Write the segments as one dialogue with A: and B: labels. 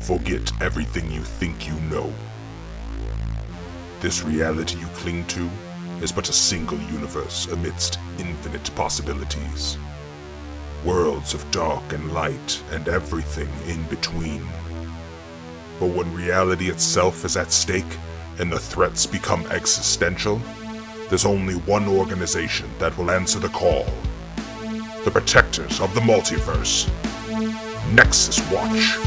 A: Forget everything you think you know. This reality you cling to is but a single universe amidst infinite possibilities. Worlds of dark and light and everything in between. But when reality itself is at stake and the threats become existential, there's only one organization that will answer the call the protectors of the multiverse. Nexus Watch.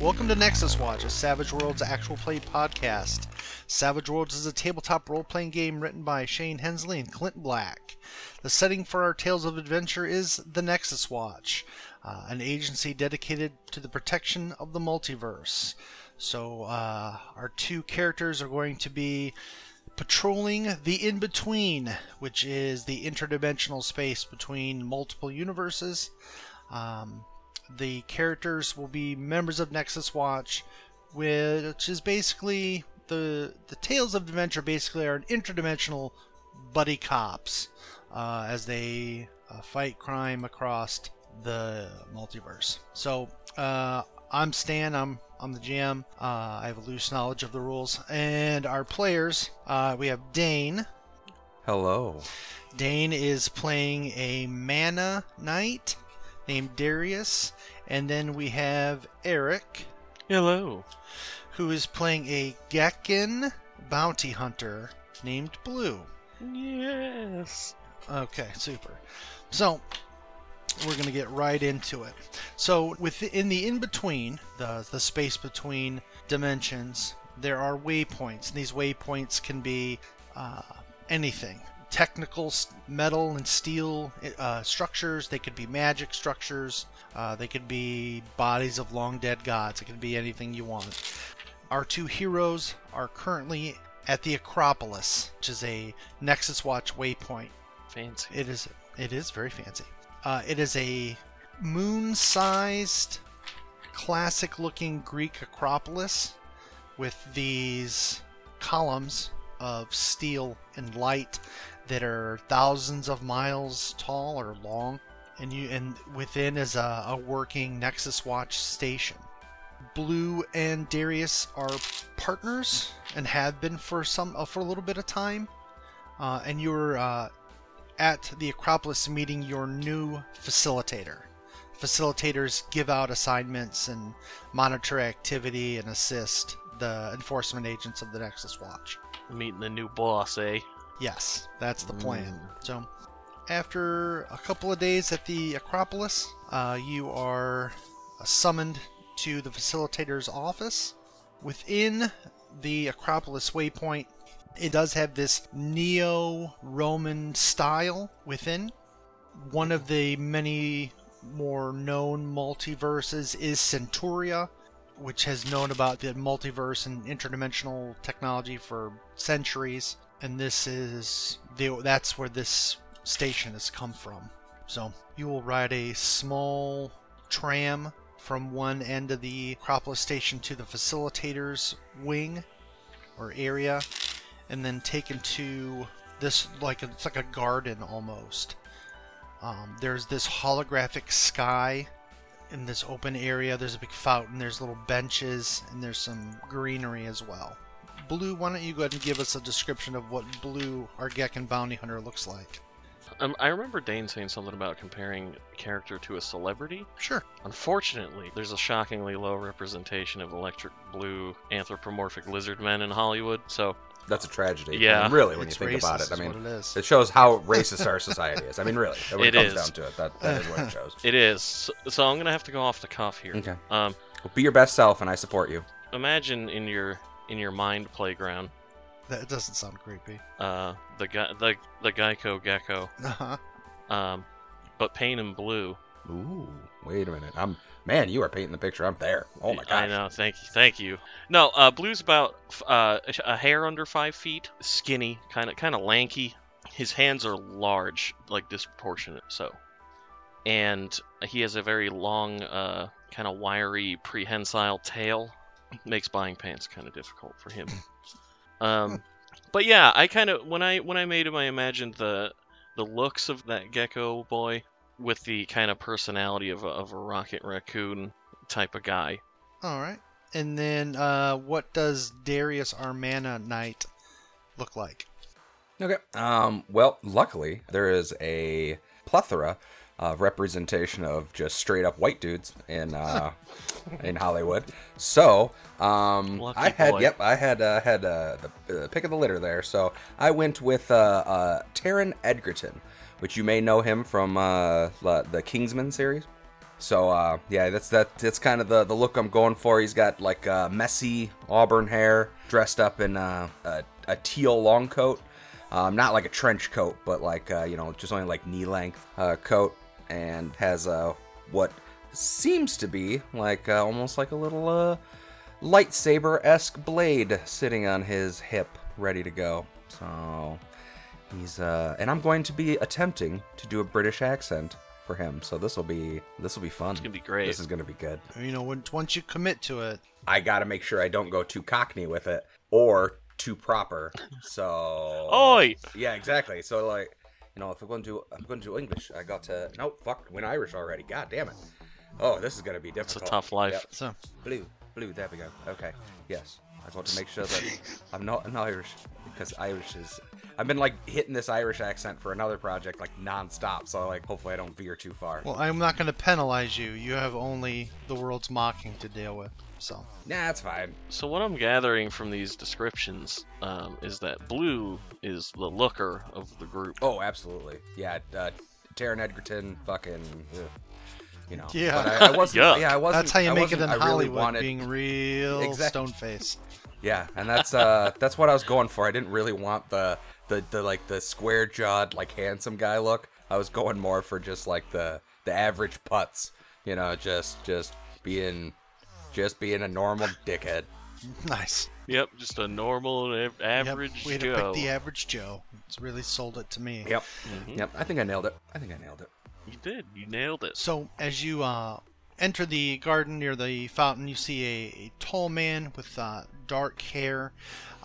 B: Welcome to Nexus Watch, a Savage Worlds actual play podcast. Savage Worlds is a tabletop role playing game written by Shane Hensley and Clint Black. The setting for our Tales of Adventure is the Nexus Watch, uh, an agency dedicated to the protection of the multiverse. So, uh, our two characters are going to be patrolling the in between, which is the interdimensional space between multiple universes. Um, the characters will be members of Nexus Watch, which is basically the the Tales of Adventure. Basically, are an interdimensional buddy cops uh, as they uh, fight crime across the multiverse. So uh, I'm Stan. I'm I'm the GM. Uh, I have a loose knowledge of the rules, and our players. Uh, we have Dane.
C: Hello.
B: Dane is playing a mana knight named Darius, and then we have Eric,
D: Hello.
B: who is playing a Gekken bounty hunter named Blue.
D: Yes.
B: Okay, super. So we're gonna get right into it. So within the in between, the the space between dimensions, there are waypoints, and these waypoints can be uh, anything. Technical s- metal and steel uh, structures. They could be magic structures. Uh, they could be bodies of long dead gods. It could be anything you want. Our two heroes are currently at the Acropolis, which is a Nexus Watch waypoint.
D: Fancy.
B: It is. It is very fancy. Uh, it is a moon-sized, classic-looking Greek Acropolis with these columns of steel and light that are thousands of miles tall or long, and you and within is a, a working Nexus Watch station. Blue and Darius are partners and have been for some uh, for a little bit of time, uh, and you're uh, at the Acropolis meeting your new facilitator. Facilitators give out assignments and monitor activity and assist the enforcement agents of the Nexus Watch.
D: Meeting the new boss, eh?
B: Yes, that's the plan. So, after a couple of days at the Acropolis, uh, you are uh, summoned to the facilitator's office. Within the Acropolis waypoint, it does have this neo Roman style within. One of the many more known multiverses is Centuria, which has known about the multiverse and interdimensional technology for centuries, and this is the, that's where this station has come from. So you will ride a small tram from one end of the Acropolis station to the facilitator's wing or area, and then taken to this like it's like a garden almost. Um, there's this holographic sky in this open area. There's a big fountain, there's little benches, and there's some greenery as well. Blue, why don't you go ahead and give us a description of what Blue, our Gekken Bounty Hunter, looks like?
D: Um, I remember Dane saying something about comparing character to a celebrity.
B: Sure.
D: Unfortunately, there's a shockingly low representation of electric blue anthropomorphic lizard men in Hollywood, so
C: That's a tragedy.
D: Yeah.
C: I mean, really, when
B: It's
C: you think about
B: racist
C: it, I
B: is
C: mean,
B: what it is.
C: shows how racist our society is. I mean, really, that when
D: It
C: comes
D: is.
C: down to it, that, that is what it shows.
D: it is. So, so I'm gonna have to go off the cuff here.
C: Okay.
D: Um,
C: Well, be your best self, and I support you.
D: imagine in your in your mind playground,
B: That doesn't sound creepy.
D: uh, the guy the the Geico gecko,
B: Uh-huh.
D: um, but paint him blue,
C: Ooh, wait a minute. I'm man, you are painting the picture. I'm there. Oh my
D: I
C: gosh.
D: know. Thank you. Thank you. No, uh, Blue's about f- uh, a hair under five feet, skinny, kind of kind of lanky. His hands are large, like disproportionate. So, and he has a very long, uh, kind of wiry, prehensile tail. Makes buying pants kind of difficult for him. um, but yeah, I kind of when I when I made him, I imagined the the looks of that gecko boy with the kind of personality of a, of a rocket raccoon type of guy.
B: All right. And then uh, what does Darius Armana Knight look like?
C: Okay. Um, well, luckily there is a plethora of representation of just straight up white dudes in uh, in Hollywood. So um,
D: Lucky
C: I had
D: boy.
C: yep, I had uh, had uh, the uh, pick of the litter there. So I went with uh, uh, Taron Edgerton, which you may know him from uh, la- the Kingsman series. So uh, yeah, that's that. That's kind of the, the look I'm going for. He's got like uh, messy auburn hair, dressed up in uh, a, a teal long coat, um, not like a trench coat, but like uh, you know, just only like knee length uh, coat, and has uh, what seems to be like uh, almost like a little uh, lightsaber esque blade sitting on his hip, ready to go. So He's uh, and I'm going to be attempting to do a British accent for him. So this will be this will be fun. It's
D: gonna be great.
C: This is gonna be good.
B: You know, once once you commit to it,
C: I gotta make sure I don't go too cockney with it or too proper. So.
D: Oi!
C: Yeah, exactly. So like, you know, if I'm going to I'm going to do English, I got to no fuck, win Irish already. God damn it. Oh, this is gonna be
D: It's a
C: difficult.
D: tough life.
C: Yep.
B: so
C: Blue, blue. There we go. Okay. Yes. I want to make sure that I'm not an Irish because Irish is. I've been like hitting this Irish accent for another project like nonstop. So like, hopefully I don't veer too far.
B: well, I'm not going to penalize you. You have only the world's mocking to deal with. So
C: nah, that's fine.
D: So what I'm gathering from these descriptions um, is that Blue is the looker of the group.
C: Oh, absolutely. Yeah. Uh, Taron Edgerton, fucking. ugh, you know.
B: Yeah.
C: But I, I wasn't.
D: Yuck.
C: Yeah, I wasn't.
B: that's how you
C: I
B: make it
C: wasn't-
B: in
C: I really
B: Hollywood,
C: wanted-
B: being real
C: Exact-
B: stone face.
C: Yeah, and that's uh that's what I was going for. I didn't really want the the, the like the square jawed like handsome guy look. I was going more for just like the the average putz, you know, just just being just being a normal dickhead.
B: Nice.
D: Yep, just a normal av- average
B: yep. Way to
D: Joe.
B: pick the average Joe. It's really sold it to me.
C: Yep. Yep. I think I nailed it. I think I nailed it.
D: You did. You nailed it.
B: So as you uh, enter the garden near the fountain, you see a, a tall man with uh, dark hair.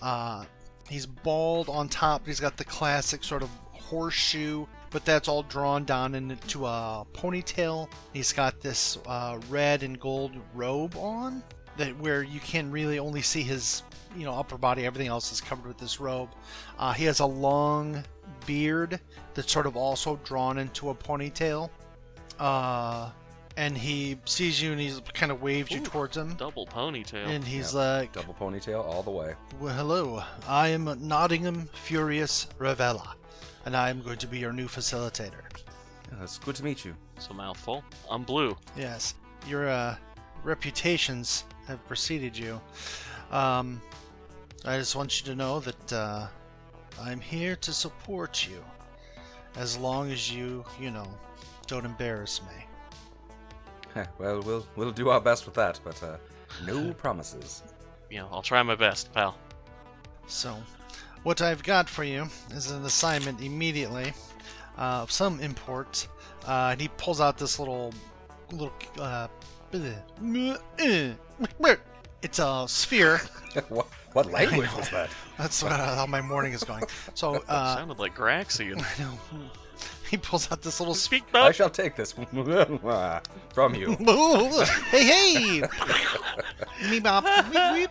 B: Uh, he's bald on top. He's got the classic sort of horseshoe, but that's all drawn down into a ponytail. He's got this uh, red and gold robe on that where you can really only see his you know upper body everything else is covered with this robe uh, he has a long beard that's sort of also drawn into a ponytail uh, and he sees you and he's kind of waves you
D: Ooh.
B: towards him,
D: Double ponytail.
B: and he's
C: Yep.
B: like,
C: Double ponytail all the way.
B: well, "Hello, I am Nottingham Furious Ravella, and I am going to be your new facilitator."
C: Yeah, it's good to meet you.
D: It's a mouthful. I'm Blue.
B: Yes, your uh, reputations have preceded you. Um, I just want you to know that uh, I'm here to support you, as long as you, you know, don't embarrass me.
C: Heh, well, we'll we'll do our best with that, but uh, no promises.
D: You know, I'll try my best, pal.
B: So, what I've got for you is an assignment immediately uh, of some import. Uh, and he pulls out this little, little, uh, it's a sphere.
C: what what language was that?
B: That's what, uh, how my morning is going. So, uh,
D: Sounded like Graxian.
B: I know. He pulls out this little sphere.
D: Speak
C: I
D: back.
C: shall take this from you.
B: hey, hey! Me bop, weep, weep.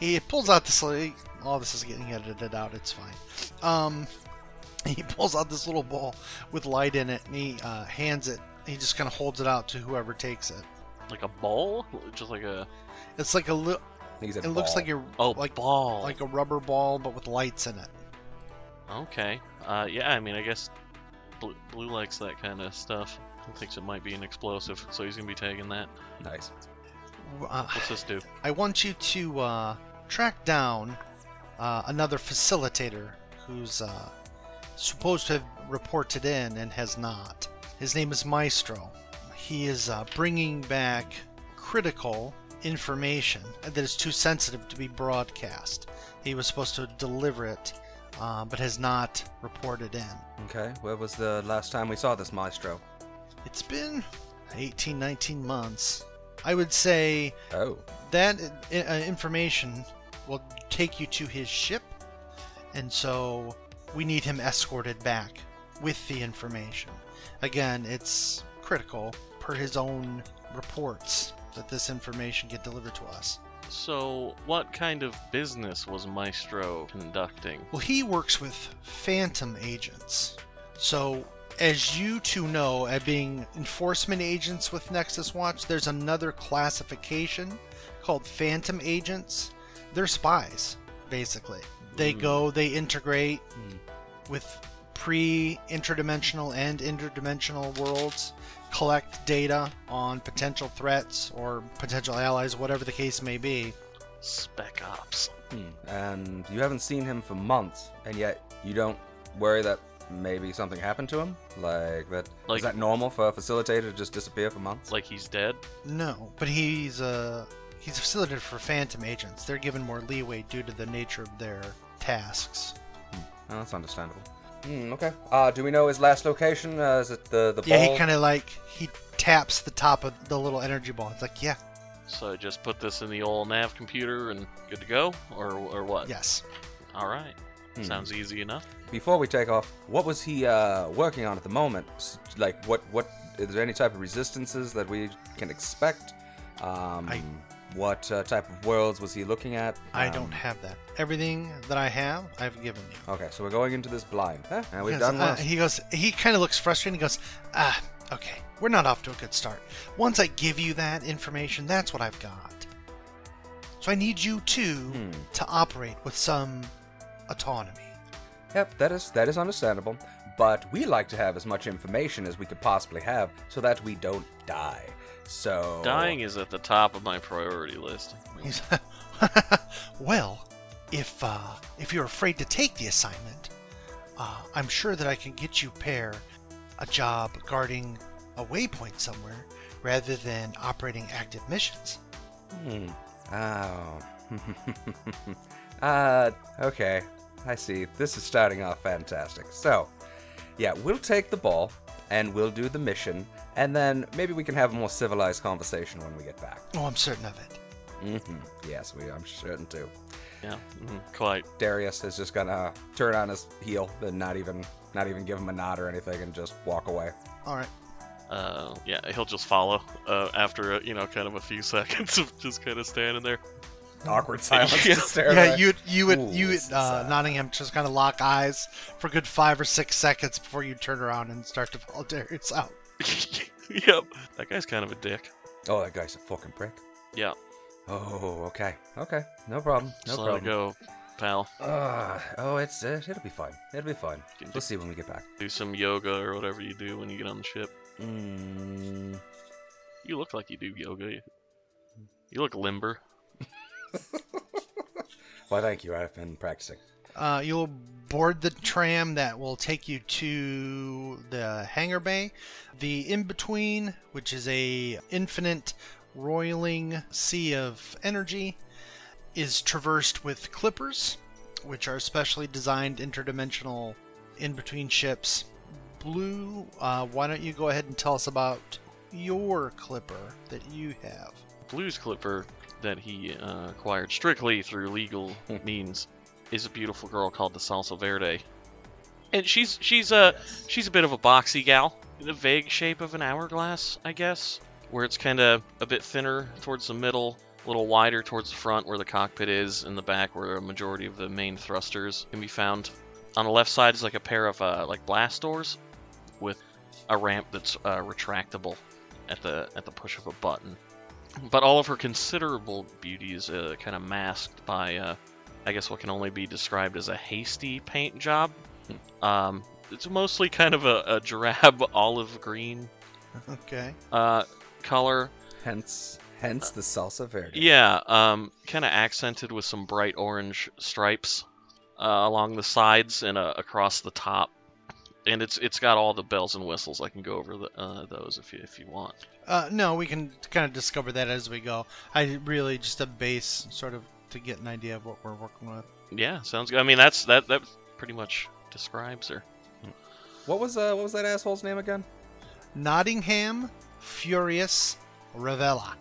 B: He pulls out this little. All this is getting edited out. It's fine. Um, he pulls out this little ball with light in it, and he uh, hands it. He just kind of holds it out to whoever takes it.
D: Like a ball? Just like a
B: It's like a li-
C: He's a
B: It looks
C: ball.
B: like a
D: oh
B: like
D: ball.
B: like a rubber ball, but with lights in it.
D: Okay. Uh, yeah, I mean, I guess Blue, Blue likes that kind of stuff. He thinks it might be an explosive, so he's gonna be taking that.
C: nice.
B: Uh,
D: What's this do?
B: I want you to uh, track down uh, another facilitator who's uh, supposed to have reported in and has not. His name is Maestro. he is uh, bringing back critical information that is too sensitive to be broadcast. He was supposed to deliver it, uh, but has not reported in.
C: Okay, where was the last time we saw this maestro?
B: It's been 18, 19 months. I would say
C: Oh,
B: that i- uh, information will take you to his ship, and so we need him escorted back with the information. Again, it's critical per his own reports that this information get delivered to us.
D: So, what kind of business was Maestro conducting?
B: Well, he works with phantom agents. So, as you two know, at being enforcement agents with Nexus Watch, there's another classification called phantom agents. They're spies, basically. They go, they integrate with pre interdimensional and interdimensional worlds, collect data on potential threats or potential allies, whatever the case may be.
D: Spec Ops.
C: hmm. and you haven't seen him for months, and yet you don't worry that maybe something happened to him? Like that? Is
D: Like-
C: that normal for a facilitator to just disappear for months?
D: Like he's dead?
B: No, but he's uh he's a facilitator for phantom agents. They're given more leeway due to the nature of their tasks.
C: Oh, that's understandable. Hmm, okay. Uh, do we know his last location? Uh, is it the the
B: Yeah,
C: ball?
B: he kind of like he taps the top of the little energy ball. It's like, yeah,
D: So I just put this in the old nav computer and good to go? Or, or what?
B: yes.
D: All right.
C: Hmm.
D: Sounds easy enough.
C: Before we take off, what was he uh, working on at the moment? S- Like, what what is there any type of resistances that we can expect? Um,
B: I-
C: What uh, type of worlds was he looking at?
B: I
C: Um,
B: don't have that. Everything that I have, I've given you.
C: Okay, so we're going into this blind, huh? and we've
B: Yes,
C: done
B: uh,
C: last.
B: he goes. He kind of looks frustrated. He goes, ah, okay, we're not off to a good start. Once I give you that information, that's what I've got. So I need you two to operate with some autonomy.
C: Yep, that is that is understandable. But we like to have as much information as we could possibly have, so that we don't die. So
D: Dying is at the top of my priority list.
B: He's, well, if uh, if you're afraid to take the assignment, uh, I'm sure that I can get you pair a job guarding a waypoint somewhere rather than operating active missions.
C: Hmm. Oh. uh, okay. I see. This is starting off fantastic. So, yeah, we'll take the ball and we'll do the mission, and then maybe we can have a more civilized conversation when we get back.
B: Oh, I'm certain of it.
C: hmm Yes, we, I'm certain to.
D: Yeah, Mm-hmm. quite.
C: Darius is just gonna turn on his heel and not even not even give him a nod or anything and just walk away.
B: All right.
D: Uh, yeah, he'll just follow uh, after, uh, you know, kind of a few seconds of just kind of standing there.
C: Awkward silence.
D: Yeah.
C: to stare
B: yeah,
C: at.
B: you you would
C: Ooh,
B: you would,
C: this is,
B: uh,
C: uh,
B: Nottingham just kind of lock eyes for a good five or six seconds before you turn around and start to follow Darius out.
D: yep. That guy's kind of a dick.
C: Oh, that guy's a fucking prick.
D: Yeah,
C: Oh, okay, okay, no problem, no
D: just let
C: problem.
D: it go, pal.
C: Ah, oh, it's it, it'll be fine. It'll be fine.
D: Can
C: We'll see when we get back.
D: Do some yoga or whatever you do when you get on the ship.
C: Mm.
D: You look like you do yoga. You- You look limber.
C: Well, thank you. I've been practicing.
B: Uh, you'll board the tram that will take you to the hangar bay. The in between, which is a infinite roiling sea of energy, is traversed with clippers, which are specially designed interdimensional in between ships. Blue, uh, why don't you go ahead and tell us about your clipper that you have?
D: Blues Clipper that he uh, acquired strictly through legal means is a beautiful girl called the Salsa Verde, and she's she's a she's a bit of a boxy gal, in the vague shape of an hourglass, I guess, where it's kind of a bit thinner towards the middle, a little wider towards the front where the cockpit is, and the back where a majority of the main thrusters can be found. On the left side is like a pair of uh, like blast doors, with a ramp that's uh, retractable at the at the push of a button but all of her considerable beauty is uh, kind of masked by, uh, I guess, what can only be described as a hasty paint job. Um, it's mostly kind of a, a drab olive green
B: Okay.
D: uh, color.
C: Hence, hence the salsa verde.
D: Uh. Yeah, um, kind of accented with some bright orange stripes uh, along the sides and uh, across the top. and it's it's got all the bells and whistles. I can go over the, uh, those if you if you want.
B: Uh, no, we can kind of discover that as we go. I really just a base sort of to get an idea of what we're working with.
D: Yeah, sounds good. I mean, that's that that pretty much describes her.
C: What was uh what was that asshole's name again?
B: Nottingham, Furious, Ravella.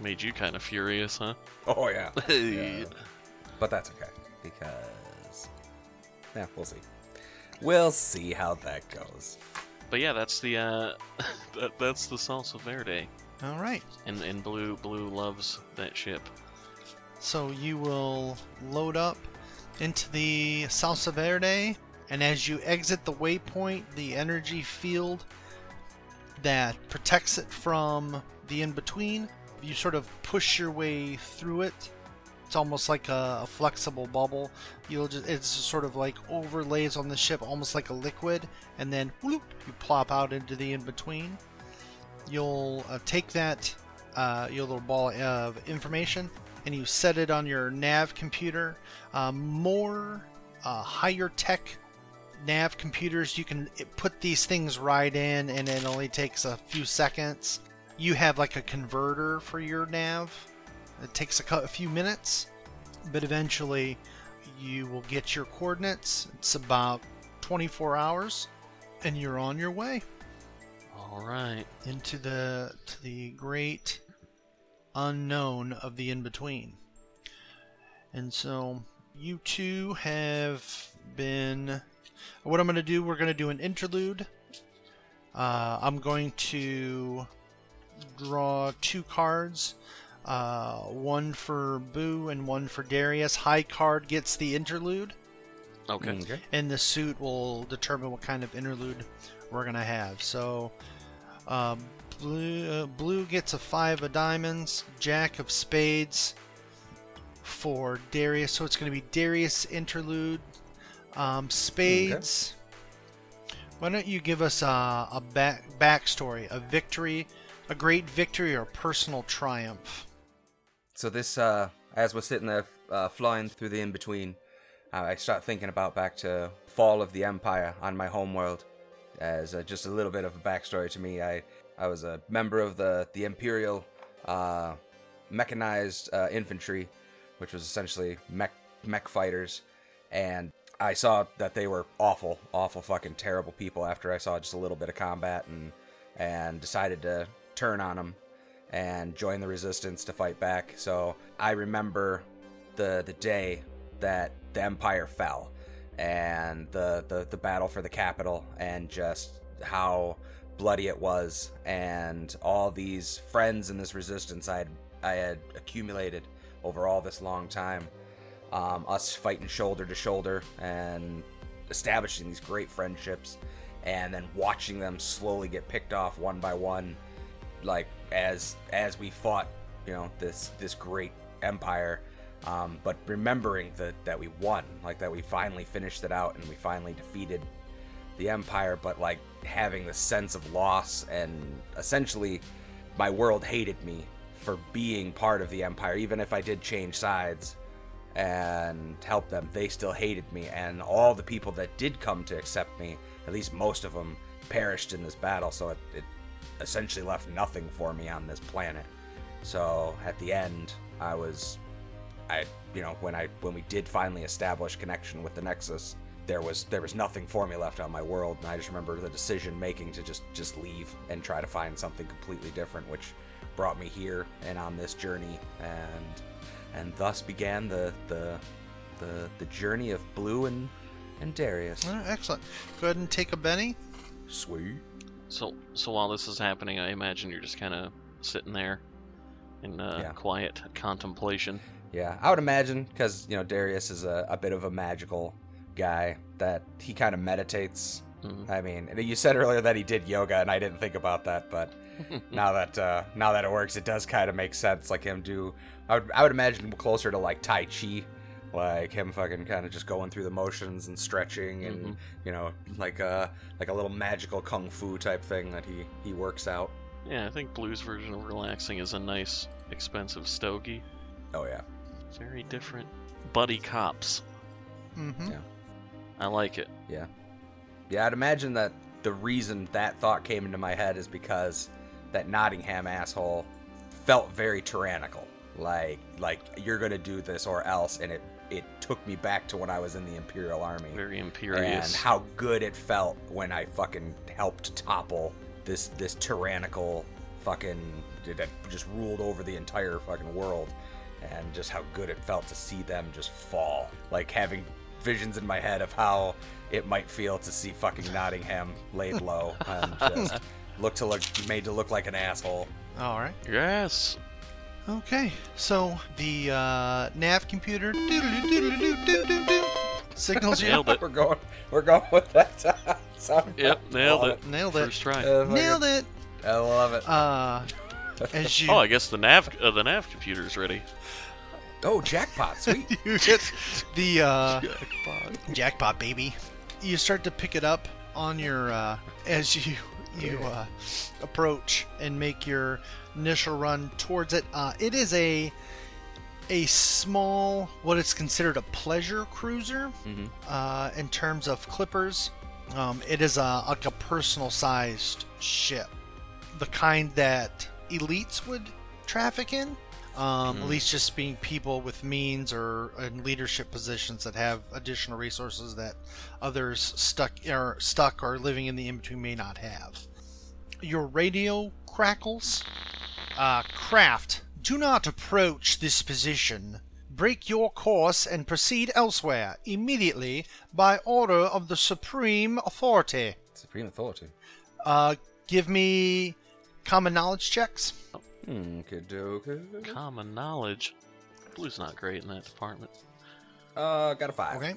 D: Made you kind of furious, huh?
C: Oh yeah. Yeah. But that's okay because yeah, we'll see. We'll see how that goes.
D: But yeah, that's the uh, that, that's the salsa verde,
B: All right.
D: and and blue blue loves that ship.
B: So you will load up into the Salsa Verde, and as you exit the waypoint, the energy field that protects it from the in between, you sort of push your way through it. It's almost like a, a flexible bubble. You'll just it's just sort of like overlays on the ship, almost like a liquid, and then whoop, you plop out into the in between. You'll uh, take that uh, your little ball of information and you set it on your nav computer. Uh, more uh, higher tech nav computers, you can i- put these things right in and it only takes a few seconds. You have like a converter for your nav, it takes a, cou- a few minutes, but eventually you will get your coordinates. It's about 24 hours and you're on your way
D: All right.
B: into the to the great unknown of the in between. And so you two have been what I'm going to do, we're going to do an interlude. Uh, I'm going to draw two cards. Uh, one for Boo and one for Darius. High card gets the interlude,
D: Okay.
C: Mm,
B: and the suit will determine what kind of interlude we're gonna have. So, uh, blue uh, blue gets a five of diamonds, jack of spades for Darius. So it's gonna be Darius interlude, um, spades. Why don't you give us a, a back backstory, a victory, a great victory, or personal triumph?
C: So this, uh, as we're sitting there uh, flying through the in between, uh, I start thinking about back to fall of the empire on my homeworld. As uh, just a little bit of a backstory to me, I I was a member of the the imperial uh, mechanized uh, infantry, which was essentially mech mech fighters, and I saw that they were awful, awful fucking terrible people. After I saw just a little bit of combat and and decided to turn on them and join the resistance to fight back. So I remember the the day that the empire fell and the the, the battle for the capital and just how bloody it was and all these friends in this resistance I had I had accumulated over all this long time. Um, us fighting shoulder to shoulder and establishing these great friendships and then watching them slowly get picked off one by one like as as we fought you know this this great empire um, but remembering that that we won like that we finally finished it out and we finally defeated the empire but like having the sense of loss and essentially my world hated me for being part of the empire even if i did change sides and help them they still hated me and all the people that did come to accept me at least most of them perished in this battle so it, it essentially left nothing for me on this planet. So at the end, I was, I you know when I when we did finally establish connection with the Nexus, there was there was nothing for me left on my world, and I just remember the decision making to just just leave and try to find something completely different, which brought me here and on this journey, and and thus began the the the, the journey of Blue and and Darius.
B: All right, excellent. Go ahead and take a Benny.
C: Sweet.
D: So so while this is happening, I imagine you're just kind of sitting there in uh,
C: Yeah.
D: quiet contemplation.
C: Yeah, I would imagine because you know Darius is a, a bit of a magical guy that he kind of meditates.
D: Mhm.
C: I mean, and you said earlier that he did yoga, and I didn't think about that, but now that uh, now that it works, it does kind of make sense. Like him do, I would I would imagine closer to like Tai Chi, like him fucking kind of just going through the motions and stretching, and
D: Mhm.
C: you know, like a like a little magical kung fu type thing that he he works out.
D: Yeah, I think Blue's version of relaxing is a nice, expensive stogie.
C: Oh yeah,
D: Very different. Buddy cops.
B: Mm-hmm.
C: Yeah.
D: I like it.
C: Yeah, I'd imagine that the reason that thought came into my head is because that Nottingham asshole felt very tyrannical. Like like you're gonna do this or else, and it it took me back to when I was in the Imperial Army
D: Very
C: and
D: imperious.
C: how good it felt when I fucking helped topple this this tyrannical fucking that just ruled over the entire fucking world, and just how good it felt to see them just fall. Like having visions in my head of how it might feel to see fucking Nottingham laid low and just look to look made to look like an asshole.
B: All right.
D: yes.
B: Okay, so the uh, nav computer doo-doo-doo-doo-doo-doo-doo-doo signals you.
D: Nailed it.
C: We're going, we're going with that. sound
D: Yep,
C: effect.
D: nailed
C: Love
D: it.
B: Nailed
D: First
B: it.
D: try.
C: Uh, fucking-
B: Nailed it.
C: I love it.
B: Uh, as you
D: oh, I guess the nav uh, the nav computer's ready.
C: Oh, jackpot! Sweet.
B: you hit the uh, jackpot, baby, you start to pick it up on your uh, as you you uh, approach and make your initial run towards it. Uh, it is a a small, what is considered a pleasure cruiser.
C: Mhm.
B: uh, in terms of clippers. Um, it is a like a personal sized ship, the kind that elites would traffic in. Um,
C: Mhm.
B: Elites just being people with means or in leadership positions that have additional resources that others stuck or stuck or living in the in between may not have. Your radio crackles. Uh, craft, do not approach this position. Break your course and proceed elsewhere immediately by order of the supreme authority.
C: Supreme authority.
B: Uh, give me common knowledge checks.
C: Hmm, could do. could-
D: Common knowledge. Blue's not great in that department.
C: Uh, got a five.
B: Okay.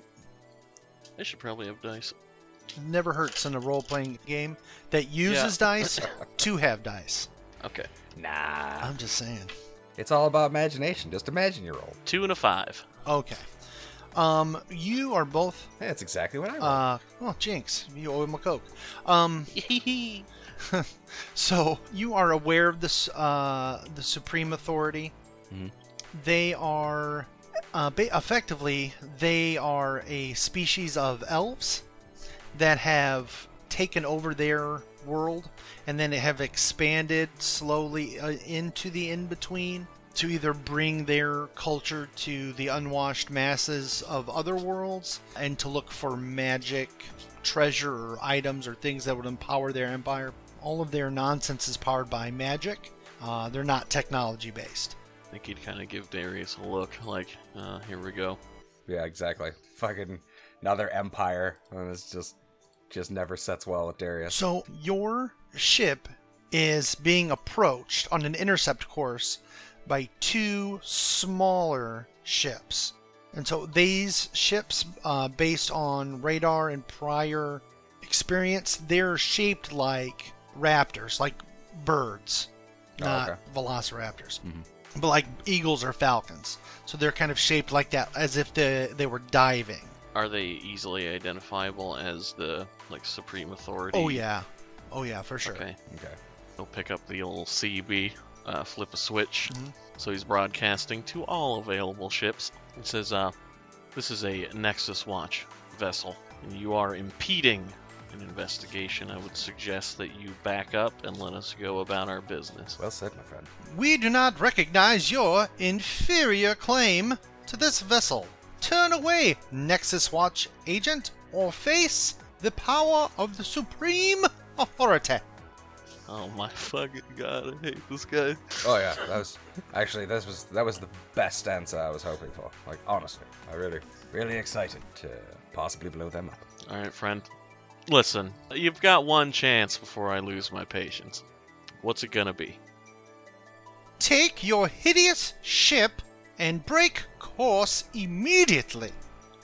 D: They should probably have dice.
B: Never hurts in a role playing game that uses dice to have dice.
D: Okay.
C: Nah,
B: I'm just saying.
C: it's all about imagination. Just imagine your role.
D: Two and a five.
B: Okay. Um, you are both.
C: That's exactly what I want.
B: Uh, oh, Jinx, you owe him a coke. Um, So you are aware of this uh, the supreme authority.
C: Mhm.
B: They are uh, ba- effectively they are a species of elves that have taken over their world and then have expanded slowly uh, into the in between to either bring their culture to the unwashed masses of other worlds and to look for magic treasure or items or things that would empower their empire all of their nonsense is powered by magic. Uh, they're not technology based.
D: I think he'd kind of give Darius a look, like, uh, here we go.
C: yeah, exactly. Fucking another empire. And it's just, just never sets well with Darius.
B: So your ship is being approached on an intercept course by two smaller ships. And so these ships, uh, based on radar and prior experience, they're shaped like raptors, like birds,
C: Oh,
B: not
C: okay. Mm-hmm.
B: velociraptors. But like eagles or falcons. So they're kind of shaped like that, as if they, they were diving.
D: Are they easily identifiable as the, like, supreme authority?
B: Oh, yeah. Oh, yeah, for sure.
D: Okay.
C: Okay.
D: He'll pick up the old CB, uh, flip a switch.
C: Mm-hmm.
B: Mhm.
D: So he's broadcasting to all available ships. It says, uh, this is a Nexus Watch vessel, and you are impeding an investigation. I would suggest that you back up and let us go about our business.
C: Well said, my friend.
B: We do not recognize your inferior claim to this vessel. Turn away, Nexus Watch agent, or face the power of the supreme authority.
D: Oh my fucking god, I hate this guy.
C: Oh yeah, that was actually this was that was the best answer I was hoping for. Like honestly, I really, really excited to possibly blow them up.
D: Alright, friend. Listen, you've got one chance before I lose my patience. What's it gonna be?
B: Take your hideous ship and break course immediately,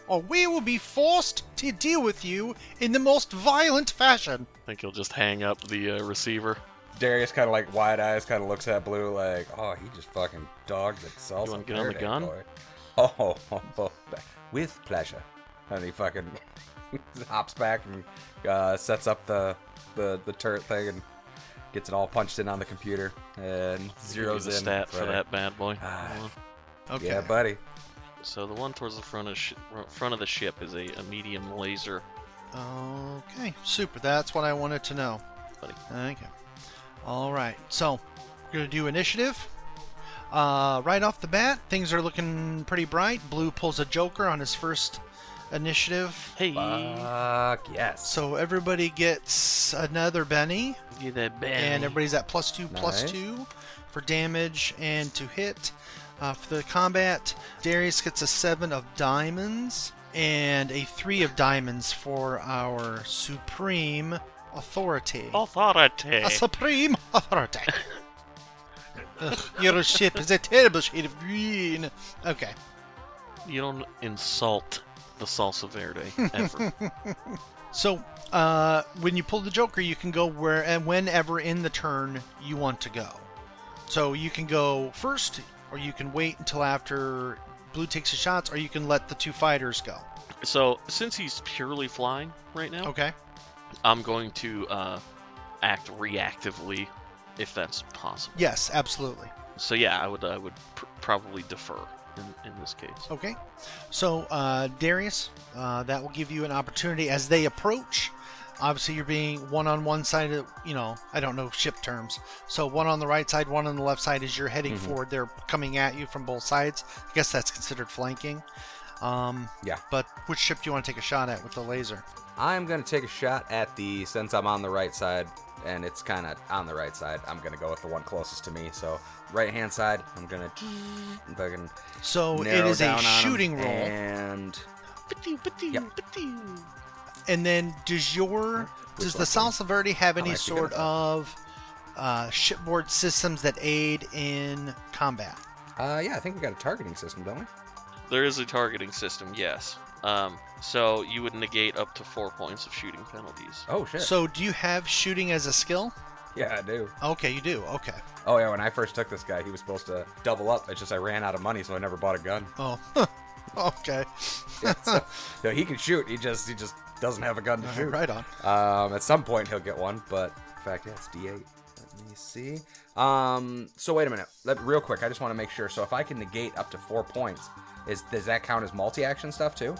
B: or we will be forced to deal with you in the most violent fashion.
D: I think he'll just hang up the uh, receiver.
C: Darius kind of like wide eyes, kind of looks at Blue like, oh, he just fucking dogged itself.
D: You wanna
C: some
D: get on the
C: Faraday,
D: gun?
C: boy." Oh, with pleasure. And he fucking hops back and uh, sets up the, the the turret thing and gets it all punched in on the computer and zeroes
D: Give me the
C: in.
D: stat
C: Right.
D: for that bad boy.
C: Ah.
D: Hold on.
B: Okay.
C: Yeah, buddy.
D: So the one towards the front of sh- front of the ship is a, a medium laser
B: Okay, super. That's what I wanted to know.
D: Buddy.
B: Okay. All right. So, we're going to do initiative. Uh, right off the bat, things are looking pretty bright. Blue pulls a joker on his first initiative.
D: Hey,
C: Fuck yes.
B: So, everybody gets another Benny,
D: you that bad.
B: and everybody's at plus two, plus
C: Nice.
B: two for damage and to hit. Uh, for the combat, Darius gets a seven of diamonds and a three of diamonds for our supreme authority.
D: Oh, authority.
B: A supreme authority. Ugh, your ship is a terrible shade of green. Okay.
D: You don't insult the salsa verde ever.
B: So, uh, when you pull the Joker, you can go where and whenever in the turn you want to go. So you can go first, or you can wait until after Blue takes his shots, or you can let the two fighters go.
D: so since he's purely flying right now,
B: Okay.
D: I'm going to uh, act reactively, if that's possible.
B: Yes, absolutely.
D: So yeah, I would I would pr- probably defer in, in this case.
B: Okay. So, uh, Darius, uh, that will give you an opportunity as they approach. Obviously, you're being one on one side of, you know, I don't know ship terms. So, one on the right side, one on the left side as you're heading
C: Mm-hmm.
B: forward. They're coming at you from both sides. I guess that's considered flanking. Um,
C: Yeah.
B: But which ship do you want to take a shot at with the laser?
C: I'm gonna take a shot at the since I'm on the right side, and it's kind of on the right side. I'm gonna go with the one closest to me. So right hand side, I'm gonna fucking
B: So, Oh, it
C: narrow
B: is
C: down
B: a
C: on 'em,
B: shooting roll. And,
C: And Yep.
B: then, does your.
C: Which
B: Does the
C: one's mine?
B: Salsa Verde have
C: I'm
B: any
C: actually
B: sort
C: good at that.
B: of uh, shipboard systems that aid in combat?
C: uh, yeah, I think we got a targeting system, don't we?
D: There is a targeting system, yes. Um, so you would negate up to four points of shooting penalties.
C: Oh shit.
B: So, do you have shooting as a skill?
C: yeah, I do.
B: Okay, you do. Okay.
C: Oh yeah, when I first took this guy, he was supposed to double up. It's just I ran out of money, so I never bought a gun.
B: Oh, okay.
C: Yeah, so, so he can shoot. He just he just doesn't have a gun to
B: All
C: shoot.
B: right on.
C: Um, at some point he'll get one, but in fact, yeah, it's D8. Let me see. Um, so wait a minute. Let, real quick, I just want to make sure. So if I can negate up to four points, is does that count as multi-action stuff too?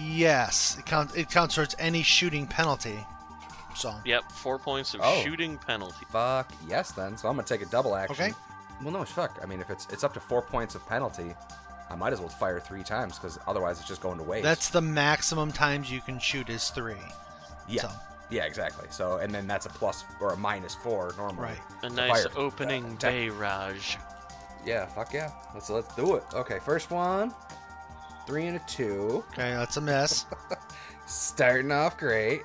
B: Yes, it counts. It counts towards any shooting penalty. So,
D: Yep, four points of
C: Oh.
D: shooting penalty.
C: Fuck yes, then. So I'm gonna take a double action.
B: Okay.
C: Well, no, fuck. I mean, if it's it's up to four points of penalty, I might as well fire three times because otherwise it's just going to waste.
B: that's the maximum times you can shoot is three.
C: yeah,
B: so-
C: yeah, exactly. So and then that's a plus or a minus four normally.
B: Right.
D: A
C: to
D: nice
C: fire.
D: opening
C: Attack.
D: day, Raj.
C: Yeah, fuck yeah. Let's let's do it. Okay, first one, three and a two.
B: Okay, that's a miss.
C: Starting off great.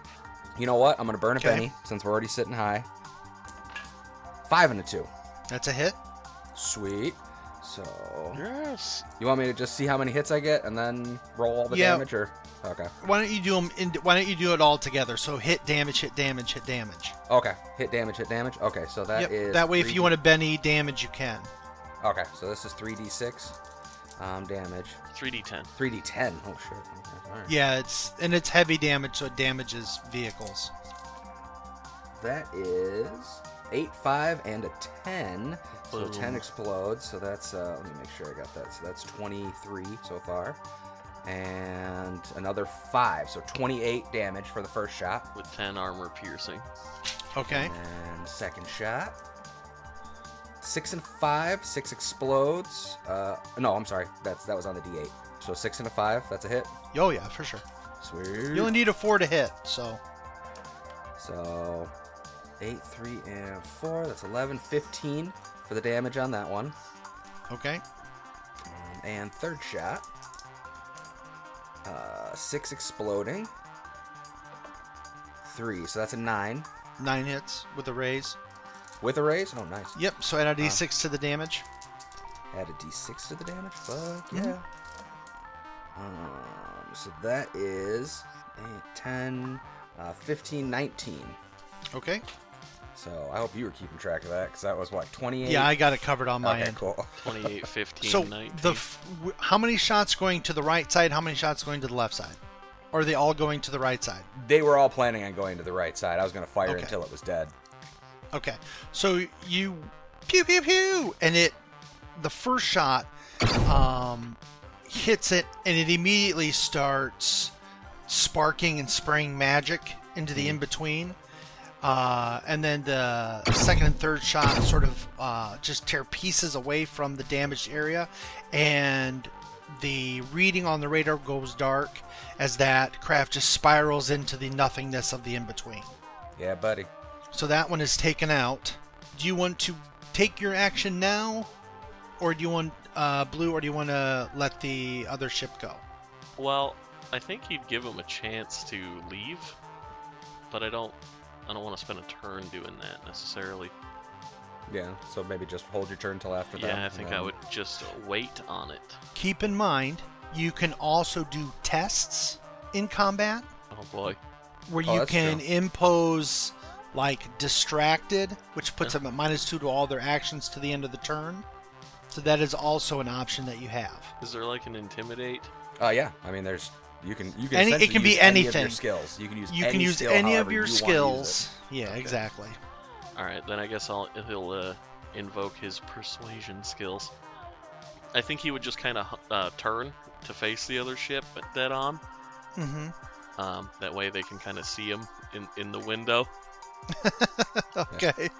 C: You know what? I'm gonna burn a
B: Okay.
C: penny since we're already sitting high. Five and a two.
B: That's a hit.
C: Sweet. So
D: Yes.
C: you want me to just see how many hits I get and then roll all the
B: Yeah.
C: damage, or okay,
B: Why don't you do them? In, why don't you do it all together? So hit, damage, hit, damage, hit, damage.
C: okay, hit damage, hit damage. Okay, so that is
B: that way, if
C: 3D
B: you want to Benny damage, you can.
C: okay, so this is three d six um, damage,
D: 3d10.
C: three d ten. Oh shit. Okay, all right.
B: Yeah, it's and it's heavy damage, so it damages vehicles.
C: That is eight, five, and a ten. So
D: Boom.
C: ten explodes. So that's uh, let me make sure I got that. So that's twenty-three so far, and another five. So twenty-eight damage for the first shot,
D: With 10 armor piercing.
B: Okay.
C: and second shot. Six and five. Six explodes. Uh, no, I'm sorry. That's that was on the D8. So six and a five. That's a hit.
B: Oh yeah, for sure.
C: Sweet.
B: You only need a four to hit, so
C: So, 8, 3, and 4. That's 11, 15 for the damage on that one.
B: okay.
C: Um, and third shot. Uh, 6 exploding. 3. So that's a 9.
B: Nine hits with a raise.
C: With a raise? Oh, nice.
B: Yep, so add a d6 to the damage.
C: Add a d6 to the damage. Fuck
B: Mm-hmm.
C: yeah. Um, so that is 8, 10, uh, 15, 19.
B: Okay.
C: So I hope you were keeping track of that because that was what, 28?
B: Yeah, I got it covered on my
C: okay,
B: end.
C: cool.
D: 28, 15,
B: So
D: 19.
B: the f- w- how many shots going to the right side? How many shots going to the left side? Or are they all going to the right side?
C: They were all planning on going to the right side. I was going to fire
B: Okay.
C: until it was dead.
B: Okay. So you pew pew pew, and it the first shot um, hits it, and it immediately starts sparking and spraying magic into the in between. Uh, and then the second and third shot sort of uh, just tear pieces away from the damaged area. And the reading on the radar goes dark as that craft just spirals into the nothingness of the in between.
C: Yeah, buddy.
B: So that one is taken out. Do you want to take your action now, or do you want uh, blue, or do you want to let the other ship go?
D: Well, I think you'd give him a chance to leave, but I don't. I don't want to spend a turn doing that necessarily.
C: Yeah, so maybe just hold your turn till after that.
D: Yeah, I think I would just wait on it.
B: Keep in mind, you can also do tests in combat
D: Oh boy.
B: where
C: Oh,
B: you
C: that's
B: can
C: true.
B: impose like distracted, which puts them at minus two to all their actions to the end of the turn. So that is also an option that you have.
D: Is there like an intimidate?
C: Oh yeah, I mean, there's you can you can
B: Any- it
C: essentially
B: can be
C: use any of
B: anything.
C: your skills. You can use
B: You
C: any
B: can use
C: skill
B: any of
C: however
B: your
C: you wanna use
B: skills. Yeah,
D: Okay.
B: exactly.
D: All right, then I guess I'll he'll uh, invoke his persuasion skills. I think he would just kind of uh, turn to face the other ship dead on.
B: Mm-hmm.
D: Um, that way they can kind of see him in in the window.
B: Okay.
C: it.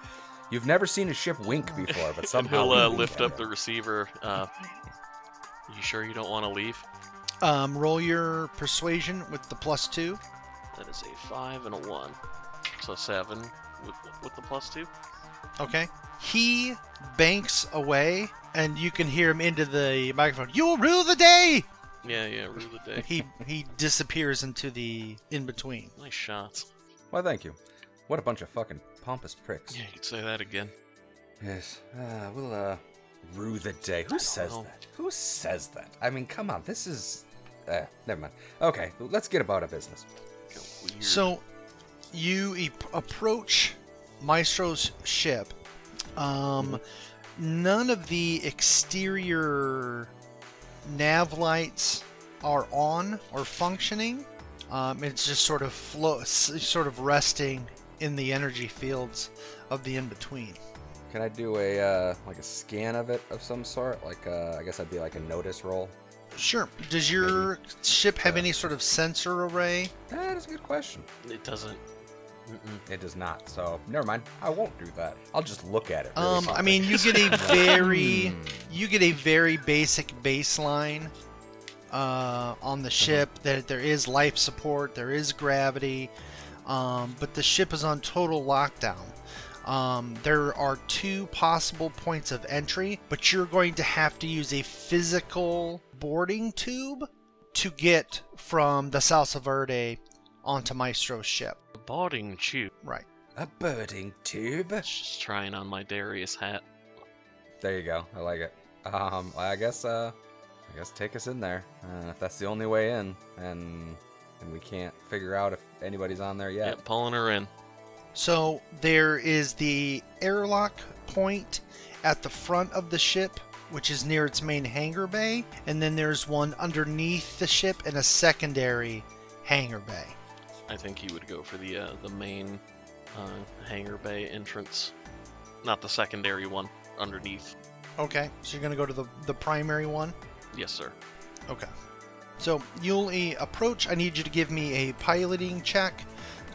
C: You've never seen a ship wink before, but
D: And
C: somehow
D: he'll
C: we
D: uh,
C: wink
D: lift
C: at
D: up
C: it.
D: the receiver. Uh, you sure you don't want to leave?
B: Um, roll your persuasion with the plus two.
D: That is a five and a one, so seven with with the plus two.
B: Okay. He banks away, and you can hear him into the microphone. You will rule the day.
D: Yeah, yeah, rue the day.
B: He he disappears into the in between.
D: Nice shots.
C: Well, thank you. What a bunch of fucking pompous pricks.
D: Yeah, you could say that again.
C: Yes. Uh, we'll uh rue the day. Who says
D: know.
C: that? Who says that? I mean, come on. This is uh, never mind. Okay, let's get about our business.
D: Kinda weird.
B: So, you e- approach Maestro's ship. Um, none of the exterior nav lights are on or functioning. Um, it's just sort of flo- s- sort of resting in the energy fields of the in between.
C: Can I do a uh, like a scan of it of some sort? Like uh, I guess I'd be like a notice roll.
B: Sure. Does your ship have any sort of sensor array?
C: That is a good question.
D: it doesn't.
C: It does not. So never mind. I won't do that. I'll just look at it. really
B: Um, I
C: softly.
B: mean, you get a very, you get a very basic baseline uh, on the ship that there is life support, there is gravity, um, but the ship is on total lockdown. Um, there are two possible points of entry, but you're going to have to use a physical boarding tube to get from the Salsa Verde onto Maestro's ship.
D: The boarding tube.
B: Right.
C: a birding tube.
D: Just trying on my Darius hat.
C: There you go. I like it. Um, well, I guess uh, I guess take us in there. Uh, if that's the only way in, and and we can't figure out if anybody's on there
D: Yeah,
C: yet.
D: pulling her in.
B: So there is the airlock point at the front of the ship, which is near its main hangar bay, and then there's one underneath the ship in a secondary hangar bay.
D: I think he would go for the uh, the main uh, hangar bay entrance, not the secondary one underneath.
B: Okay, so you're gonna go to the, the primary one.
D: Yes, sir.
B: Okay. So you'll eh, approach. I need you to give me a piloting check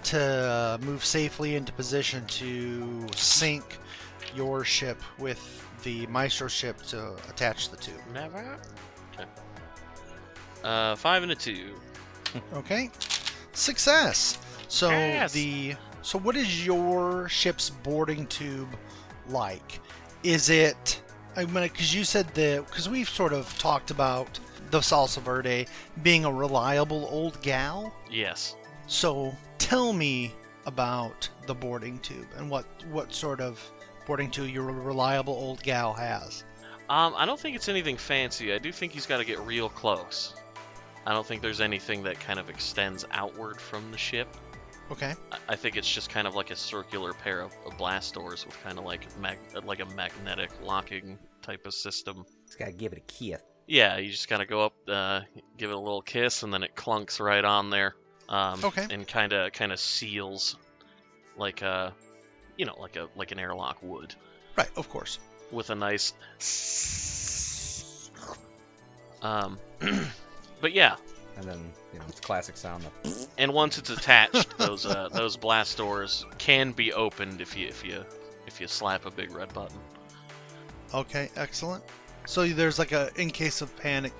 B: to uh, move safely into position to sink your ship with the maestro ship to attach the tube.
D: Never. Okay. Uh, five and a two.
B: Okay. Success. So
D: Yes.
B: the so what is your ship's boarding tube like? Is it I mean cuz you said the cuz we've sort of talked about the Salsa Verde being a reliable old gal.
D: Yes.
B: So tell me about the boarding tube and what what sort of boarding tube your reliable old gal has.
D: Um, I don't think it's anything fancy. I do think he's got to get real close. I don't think there's anything that kind of extends outward from the ship.
B: Okay.
D: I- I think it's just kind of like a circular pair of, of blast doors with kind of like mag- like a magnetic locking type of system.
C: Just gotta give it a kiss.
D: Yeah, you just kind of go up, uh, give it a little kiss, and then it clunks right on there. Um,
B: Okay.
D: And kind of kind of seals, like a, you know, like a like an airlock would,
B: Right, of course.
D: with a nice. Um, but yeah,
C: and then you know it's classic sound. of-
D: And once it's attached, those uh, those blast doors can be opened if you if you if you slap a big red button.
B: Okay, excellent. So there's like a in case of panic,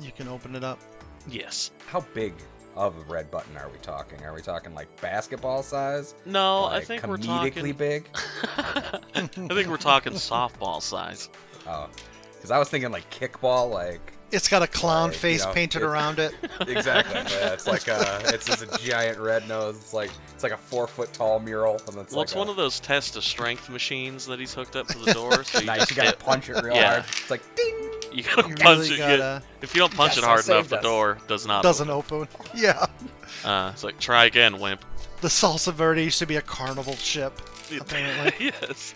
B: you can open it up.
D: Yes.
C: How big of a red button are we talking? Are we talking like basketball size?
D: No, Oh, I
C: Like,
D: think we're
C: comedically
D: talking.
C: big.
D: I think we're talking softball size.
C: Oh, because I was thinking like kickball, like
B: It's got a clown
C: Like, you
B: face
C: know,
B: painted
C: it-
B: around it.
C: exactly. yeah, it's like a, it's just a giant red nose. It's like it's like a four foot tall mural, and it's
D: well,
C: like
D: it's
C: a-
D: one of those test of strength machines that he's hooked up to the door. So you,
C: nice.
D: just
C: You gotta
D: hit-
C: punch it real
D: Yeah.
C: hard. It's like ding.
D: you gotta
B: You
D: punch
B: really
D: it. you-
B: gotta
D: if you don't punch
C: Yes,
D: it
C: I
D: hard enough,
C: saved
D: the
C: us.
D: door does not.
B: doesn't open. Yeah,
D: Open. Uh, it's like try again, wimp.
B: the salsa verde used to be a carnival ship. Apparently.
D: yes.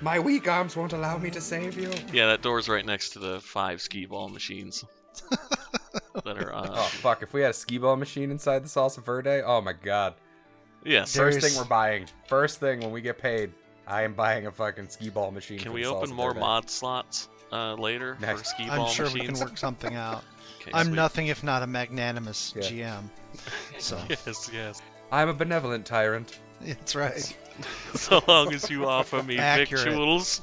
C: My weak arms won't allow me to save you.
D: Yeah, that door's right next to the five skee ball machines that are. Uh,
C: Oh fuck! If we had a skee ball machine inside the salsa verde, oh my god.
D: Yes.
B: There
C: First
B: is-
C: thing we're buying. First thing when we get paid, I am buying a fucking skee ball machine.
D: Can
C: for
D: we
C: the
D: open
C: salsa
D: more
C: verde.
D: mod slots uh, later for
C: Next.
D: skee ball
B: I'm sure we can
D: machines?
B: work something out.
D: Okay,
B: I'm
D: sweet.
B: nothing if not a magnanimous
C: Yeah.
B: GM. So
D: Yes, yes.
C: I'm a benevolent tyrant.
B: it's right,
D: So long as you offer me
B: Accurate.
D: victuals,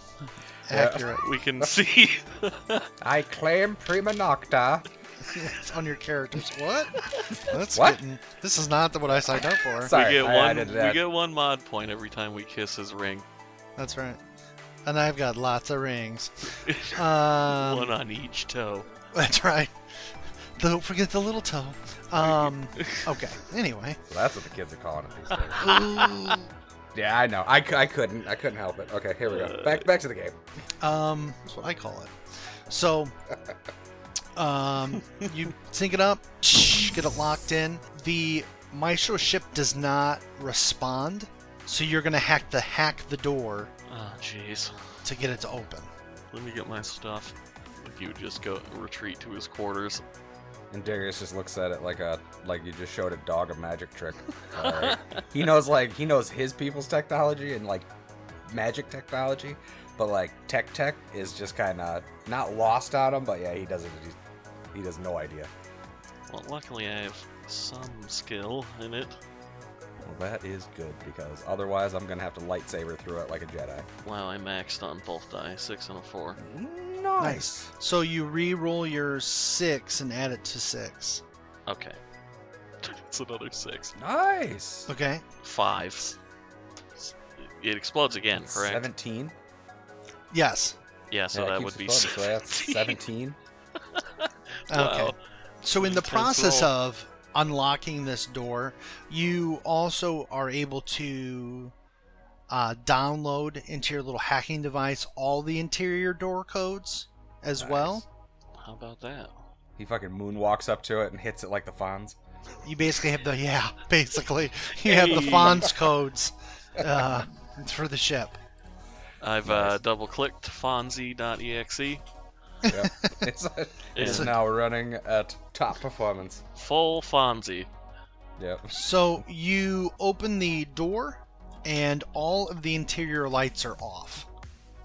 B: accurate.
D: we can see.
C: I claim prima nocta.
B: It's on your characters. What? That's
C: What?
B: Getting, this is not what I signed up for.
C: Sorry,
D: we get
C: I
D: one.
C: added
D: We
C: that.
D: get one mod point every time we kiss his ring.
B: That's right. And I've got lots of rings. Um,
D: one on each toe.
B: That's right. Don't forget the little toe. Um, okay. Anyway,
C: So that's what the kids are calling it these days. yeah, I know. I, cou- I couldn't. I couldn't help it. Okay, here we go. Back back to the game.
B: um, that's what I call it. So, um, you sync it up, get it locked in. The maestro ship does not respond, so you're gonna hack the hack the door
D: Oh, jeez.
B: to get it to open.
D: Let me get my stuff. He would just go retreat to his quarters.
C: And Darius just looks at it like a like you just showed a dog a magic trick. All right. he knows like he knows his people's technology and like magic technology, but like tech tech is just kind of not lost on him. But yeah, he doesn't. he- He has no idea.
D: Well, luckily I have some skill in it.
C: Well, that is good because otherwise I'm gonna have to lightsaber through it like a Jedi.
D: Wow, I maxed on both die, six and a four.
B: Nice. So you re-roll your six and add it to six.
D: Okay. it's another six.
C: Nice.
B: Okay.
D: Five. It explodes again, correct?
C: Seventeen.
B: Yes.
D: Yeah, so
C: Yeah, it
D: that
C: keeps
D: would be
C: exploding, so that's
D: 17.
C: seventeen.
B: Okay.
D: Wow.
B: So in the
D: Intense
B: process
D: roll.
B: of unlocking this door, you also are able to uh, download into your little hacking device all the interior door codes as
C: Nice.
B: well.
D: How about that?
C: He fucking moonwalks up to it and hits it like the Fonz.
B: You basically have the yeah, basically you have the
D: Hey.
B: fonts codes uh, for the ship.
D: I've uh, double clicked Fonzie.exe.
C: Yep. it's, it's
D: It's-
C: now running at top performance.
D: Full Fonzie.
C: Yep.
B: So you open the door, and all of the interior lights are off.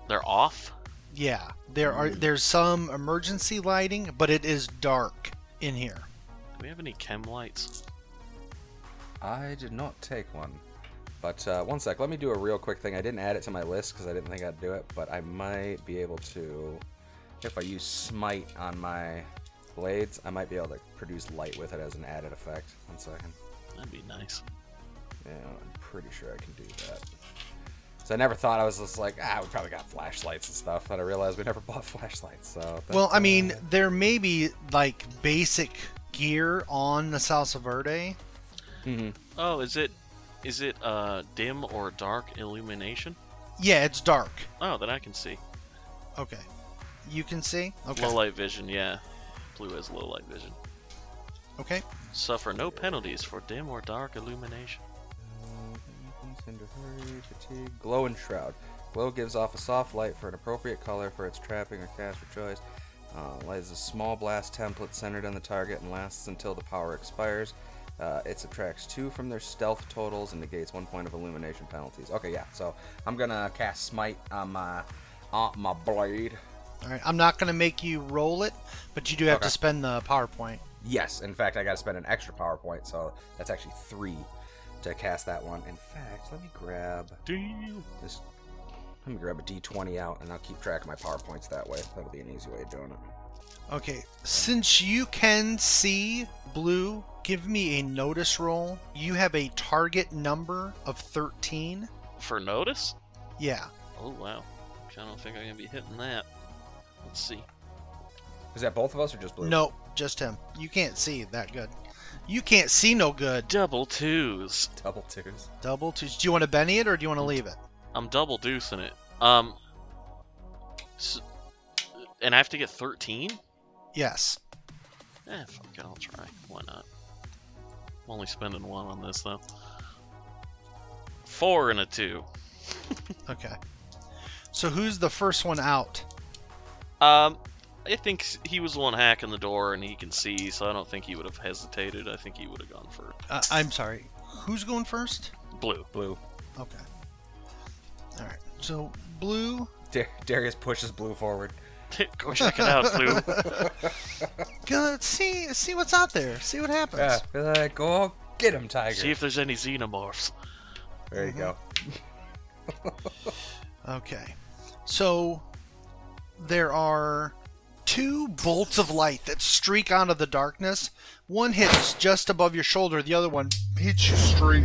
D: They're off?
B: Yeah, there are there's some emergency lighting, but it is dark in here.
D: Do we have any chem lights?
C: I did not take one. But uh, one sec, let me do a real quick thing. I didn't add it to my list because I didn't think I'd do it, but I might be able to. If I use Smite on my blades, I might be able to produce light with it as an added effect. One second.
D: That'd be nice.
C: Yeah, I'm pretty sure I can do that. So I never thought I was just like, ah, we probably got flashlights and stuff, but I realized we never bought flashlights. So that's,
B: Well, I
C: uh,
B: mean, there may be like basic gear on the Salsa Verde.
C: mhm.
D: Oh, is it is it uh, dim or dark illumination?
B: Yeah, it's dark.
D: Oh, that I can see.
B: Okay, you can see. Okay,
D: Low light vision, yeah. Blue has low light vision.
B: okay.
D: Suffer no penalties for dim or dark illumination.
C: Cinder hurry, fatigue, glow and shroud. Glow gives off a soft light for an appropriate color for its trapping or caster choice. Uh, light is a small blast template centered on the target and lasts until the power expires. Uh, it subtracts two from their stealth totals and negates one point of illumination penalties. Okay, yeah. So I'm gonna cast smite on my on my blade.
B: All right, I'm not gonna make you roll it, but you do have
C: Okay.
B: to spend the PowerPoint.
C: Yes, in fact, I got to spend an extra power point, so that's actually three to cast that one. In fact, let me grab
D: Deal.
C: this. Let me grab a d20 out, and I'll keep track of my power points that way. That'll be an easy way of doing it.
B: Okay, since you can see blue, give me a notice roll. You have a target number of 13.
D: For notice?
B: Yeah.
D: Oh, wow. I don't think I'm going to be hitting that. Let's see.
C: Is that both of us or just blue?
B: No, just him. You can't see that good. You can't see no good.
D: Double twos.
C: Double twos.
B: Double twos. Do you want to Benny it or do you want to leave it?
D: I'm double deucing it. Um. s and I have to get 13?
B: Yes.
D: Eh, fuck it, I'll try. Why not? I'm only spending one on this, though. Four and a two.
B: Okay. So who's the first one out?
D: Um, I think s- he was the one hacking the door, and he can see, so I don't think he would have hesitated. I think he would have gone for
B: Uh, I'm sorry. Who's going first?
D: blue.
C: Blue.
B: Okay. All right. So blue.
C: Dar- Darius pushes blue forward.
D: Go check it out, blue.
B: Go see see what's out there. See what happens.
C: Yeah, uh, go get him, Tiger.
D: See if there's any xenomorphs.
C: There you go.
B: Okay. So there are two bolts of light that streak out of the darkness. One hits just above your shoulder, the other one hits you straight.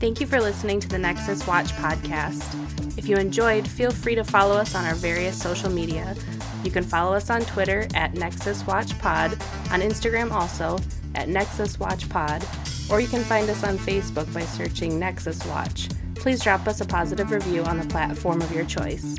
E: Thank you for listening to the Nexus Watch podcast. If you enjoyed, feel free to follow us on our various social media. You can follow us on Twitter at Nexus Watch Pod, on Instagram also at Nexus Watch Pod, or you can find us on Facebook by searching Nexus Watch. Please drop us a positive review on the platform of your choice.